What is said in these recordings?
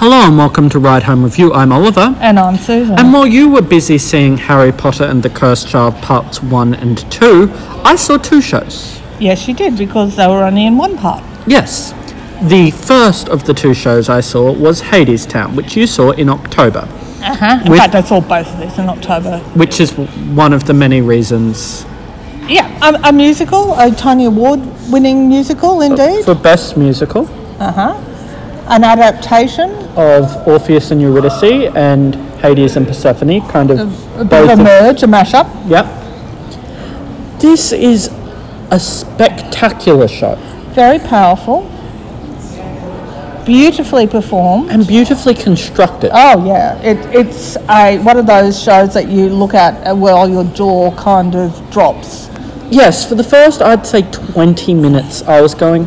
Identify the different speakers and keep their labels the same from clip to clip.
Speaker 1: Hello and welcome to Ride Home Review. I'm Oliver.
Speaker 2: And I'm Susan.
Speaker 1: And while you were busy seeing Harry Potter and the Cursed Child parts 1 and 2, I saw two shows.
Speaker 2: yes, you did because they were only in one part.
Speaker 1: Yes. The first of the two shows I saw was Hades Town, which you saw in October,
Speaker 2: Uh-huh. In
Speaker 1: With-
Speaker 2: fact, I saw both of these in October.
Speaker 1: which is one of the many reasons
Speaker 2: Yeah, a, a musical, a Tony Award-winning musical, indeed. uh-huh.
Speaker 1: for best musical
Speaker 2: An adaptation,
Speaker 1: of Orpheus and Eurydice and Hades and Persephone, kind of
Speaker 2: a bit
Speaker 1: both
Speaker 2: of a
Speaker 1: of-
Speaker 2: merge, a mashup.
Speaker 1: Yep. This is a spectacular show.
Speaker 2: Very powerful. Beautifully performed.
Speaker 1: and beautifully constructed.
Speaker 2: Oh yeah, it, it's a one of those shows that you look at uh, while your jaw kind of drops.
Speaker 1: Yes, for the first, I'd say 20 minutes, I was going,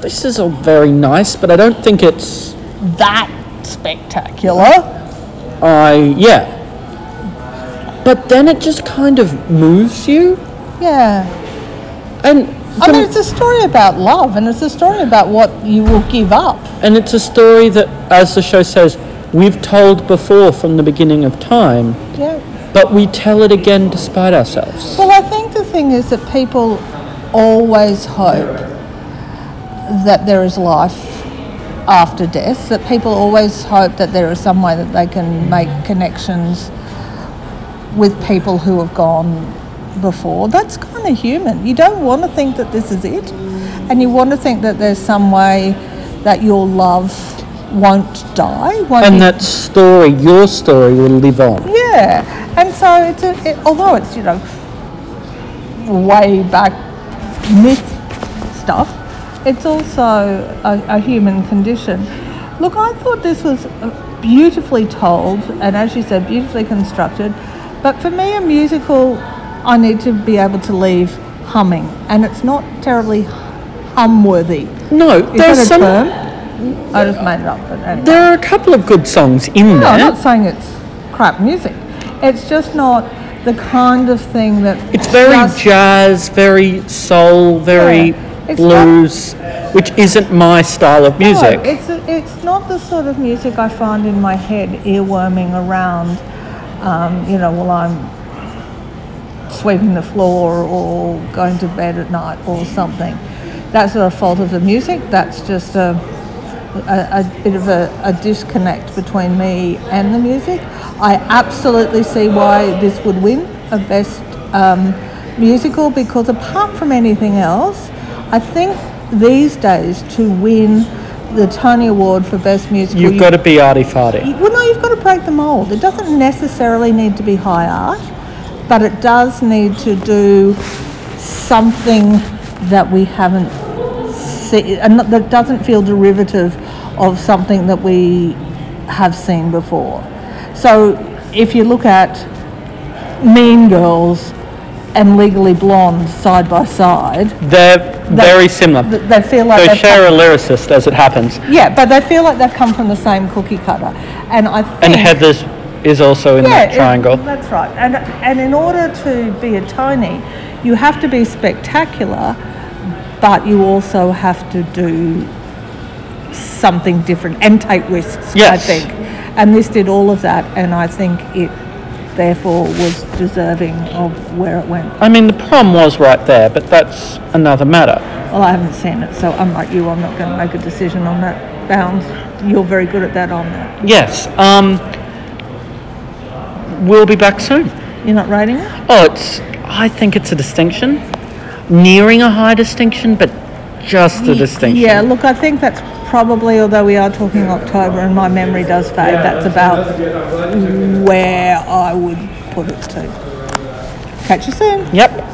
Speaker 1: this is all very nice, but I don't think it's.
Speaker 2: That spectacular.
Speaker 1: I. Yeah. But then it just kind of moves you.
Speaker 2: Yeah.
Speaker 1: And.
Speaker 2: I mean, it's a story about love, and it's a story about what you will give up.
Speaker 1: and it's a story that, as the show says, we've told before from the beginning of time,
Speaker 2: Yeah.
Speaker 1: but we tell it again despite ourselves.
Speaker 2: Well, I think the thing is that people always hope that there is life after death. That people always hope that there is some way that they can make connections with people who have gone before. That's kind of human. You don't want to think that this is it, and you want to think that there's some way that your love won't die, won't
Speaker 1: And
Speaker 2: be
Speaker 1: that story, your story, will live on.
Speaker 2: Yeah, and so it's a, it, although it's you know way back myth stuff, it's also a, a human condition. Look, I thought this was uh, beautifully told, and as you said, beautifully constructed. But for me, a musical, I need to be able to leave humming, and it's not terribly hum-worthy.
Speaker 1: No,
Speaker 2: Is
Speaker 1: there's
Speaker 2: that a
Speaker 1: some.
Speaker 2: term? I just made it up, but anyway.
Speaker 1: There are a couple of good songs in
Speaker 2: No,
Speaker 1: there.
Speaker 2: I'm not saying it's crap music. It's just not the kind of thing that
Speaker 1: It's very
Speaker 2: just-
Speaker 1: jazz, very soul, very
Speaker 2: Yeah, it's
Speaker 1: blues, which isn't my style of
Speaker 2: No,
Speaker 1: music.
Speaker 2: it's it's not the sort of music I find in my head earworming around. Um, you know, while I'm sweeping the floor or going to bed at night or something. That's not a fault of the music. That's just a a, a bit of a, a disconnect between me and the music. I absolutely see why this would win a best um, musical because apart from anything else, I think these days to win the Tony Award for best musical,
Speaker 1: You've
Speaker 2: you-
Speaker 1: got to be arty farty.
Speaker 2: well, no, you've got to break the mold. It doesn't necessarily need to be high art, but it does need to do something that we haven't seen, and not- that doesn't feel derivative of something that we have seen before. So, if you look at Mean Girls and Legally Blonde side by side,
Speaker 1: They're very similar.
Speaker 2: th- they feel like
Speaker 1: they
Speaker 2: they've
Speaker 1: share a lyricist, as it happens,
Speaker 2: come, yeah, but they feel like they've come from the same cookie cutter, and I
Speaker 1: and
Speaker 2: think
Speaker 1: Heather's is also in that
Speaker 2: it-
Speaker 1: triangle.
Speaker 2: that's right. And and in order to be a Tony, you have to be spectacular, but you also have to do something different and take risks. I
Speaker 1: Yes.
Speaker 2: think, and this did all of that, and I think it therefore was deserving of where it went.
Speaker 1: I mean, the prom was right there, but that's another matter.
Speaker 2: Well, I haven't seen it, so unlike you, I'm not going to make a decision on that. Bounds, you're very good at that. On that,
Speaker 1: Yes. Um, we'll be back soon.
Speaker 2: you're not rating it.
Speaker 1: Oh, it's. I think it's a distinction, nearing a high distinction, but just a distinction.
Speaker 2: Yeah, look, I think that's probably, although we are talking October and my memory does fade, that's about where I would put it to. Catch you soon.
Speaker 1: Yep.